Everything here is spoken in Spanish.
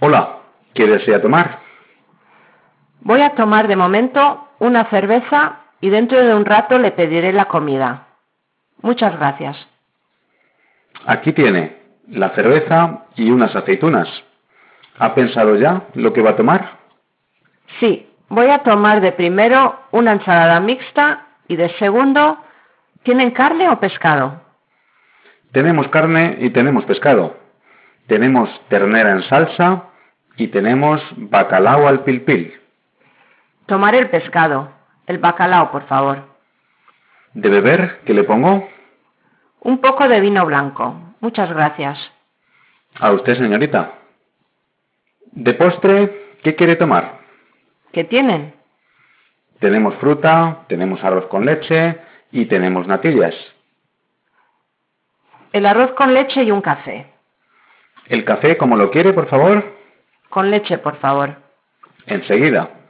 Hola, ¿qué desea tomar? Voy a tomar de momento una cerveza y dentro de un rato le pediré la comida. Muchas gracias. Aquí tiene la cerveza y unas aceitunas. ¿Ha pensado ya lo que va a tomar? Sí, voy a tomar de primero una ensalada mixta y de segundo, ¿tienen carne o pescado? Tenemos carne y tenemos pescado. Tenemos ternera en salsa y tenemos bacalao al pilpil. Tomar el pescado, el bacalao, por favor. ¿De beber qué le pongo? Un poco de vino blanco. Muchas gracias. A usted, señorita. De postre, ¿qué quiere tomar? ¿Qué tienen? Tenemos fruta, tenemos arroz con leche y tenemos natillas. El arroz con leche y un café. El café, como lo quiere, por favor, Con leche, por favor. enseguida.